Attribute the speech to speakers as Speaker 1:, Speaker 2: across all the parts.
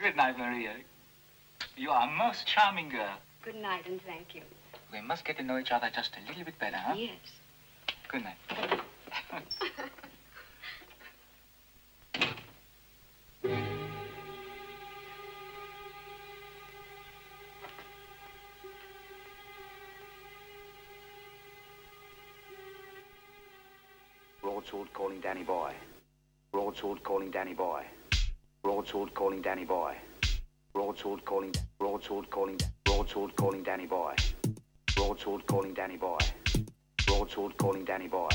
Speaker 1: Good night, Maria. You are a most charming girl.
Speaker 2: Good night and thank you.
Speaker 1: We must get to know each other just a little bit better, huh?
Speaker 2: Yes.
Speaker 1: Good night.
Speaker 3: Broadsword calling Danny Boy. Broadsword calling Danny Boy. Broadsword calling Danny Boy. Broadsword calling. Broadsword calling. Broadsword calling Danny Boy. Broadsword calling Danny Boy. Broadsword calling Danny Boy.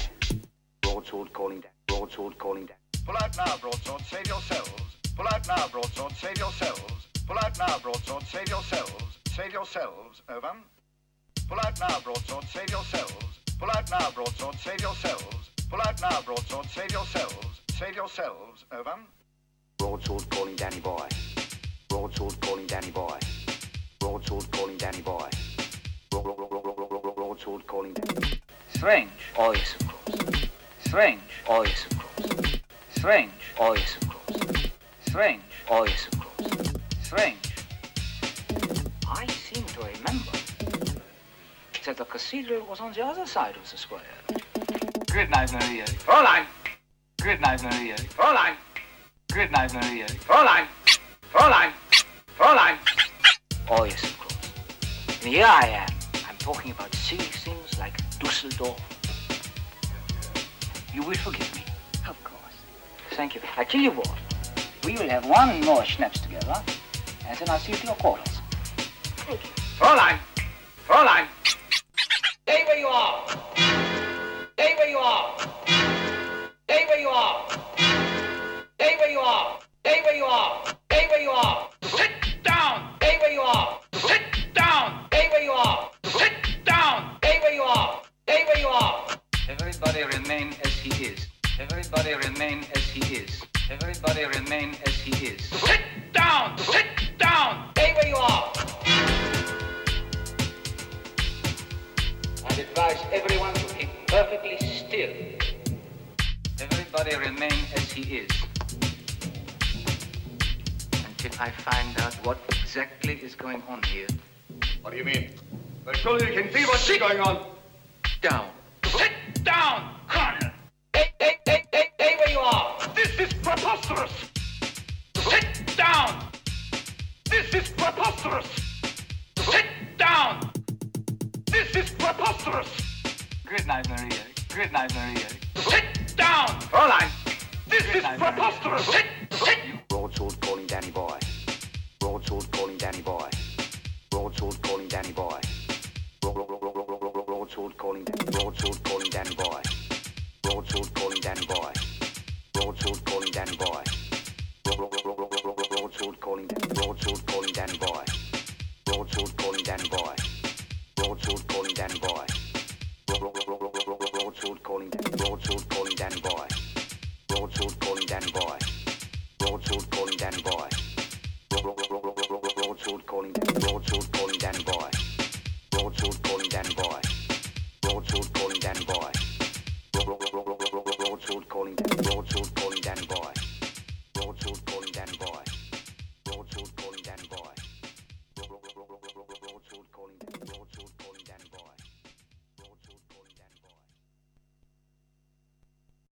Speaker 3: Broadsword calling. Da- Broadsword calling. Da-
Speaker 4: Pull out now, broadsword, save yourselves. Pull out now, broadsword, save yourselves. Pull out now, broadsword, save yourselves. Save yourselves, over. Pull out now, broadsword, save yourselves. Pull out now, broadsword, save yourselves. Pull out now, broadsword, save yourselves. Save yourselves, over.
Speaker 3: Broadsword calling Danny Boy. Broadsword calling Danny Boy. Broadsword calling Danny Boy. Bro- bro- bro- bro- bro- bro- bro- Broadsword calling. Da-
Speaker 1: Strange. Oh, yes, of course. Strange. Oh, yes, of course. Strange. Oh, yes, of course. Strange. Oh, yes, of course. Strange. I seem to remember that the cathedral was on the other side of the square. Good night, Maria.
Speaker 4: All right,
Speaker 1: Good night, Maria.
Speaker 4: all right,
Speaker 1: Good night, Maria.
Speaker 4: all right, all right, all right.
Speaker 1: Oh, yes, of course. And here I am. I'm talking about silly things like Dusseldorf. You will forgive me.
Speaker 2: Of course.
Speaker 1: Thank you. I tell you what, we will have one more schnapps together, and then I'll see you to your quarters.
Speaker 2: Thank you.
Speaker 4: Fräulein! Fräulein!
Speaker 1: Stay where you are! Stay where you are! Stay where you are! Stay where you are! Stay where you are! Stay where you are! Sit down! Stay where you are! Sit down! Stay where you are! Sit down! Stay where you are! Stay where you are! Everybody remain as he is. Everybody remain as he is. Everybody remain as he is. Sit down! Sit down! Stay where you are! and advise everyone to keep perfectly still. Everybody remain as he is. Until I find out what exactly is going on here.
Speaker 4: What do you mean? Well, surely you can see what's going on.
Speaker 1: Down. Sit down, Connor! Hey, hey, hey, hey, hey, where you are!
Speaker 4: This is preposterous!
Speaker 1: Sit down!
Speaker 4: This is preposterous!
Speaker 1: Sit down!
Speaker 4: This is preposterous!
Speaker 1: Good night, Maria. Good night, Maria. Sit down!
Speaker 4: Fräulein! This
Speaker 1: Good
Speaker 4: is
Speaker 1: night, Maria.
Speaker 4: preposterous!
Speaker 1: Sit, sit!
Speaker 3: Broadsword calling Danny Boy. Broadsword calling Danny Boy. Broadsword calling Danny Boy. Bro- bro- bro- bro- bro- bro- bro- bro- Broadsword calling Broadsword calling Danny Boy. Broadsword calling Danny Boy. Broadsword calling Danny Boy. Bro- bro- bro- bro- bro- bro- bro- Broadsword calling Broadsword calling Danny Boy. Broadsword calling Danny Boy. Broadsword calling Danny Boy. Bro- bro- bro- bro- bro- bro- Broadsword calling Broadsword calling Danny Boy. Broadsword calling Danny Boy. Broadsword calling Danny Boy. Bro- bro- bro- bro- bro- bro- Broadsword calling Broadsword calling Danny Boy. Broadsword calling Danny Boy. Broadsword calling Danny Boy. Bro- bro- bro- bro- bro- bro- bro- Broadsword calling Broadsword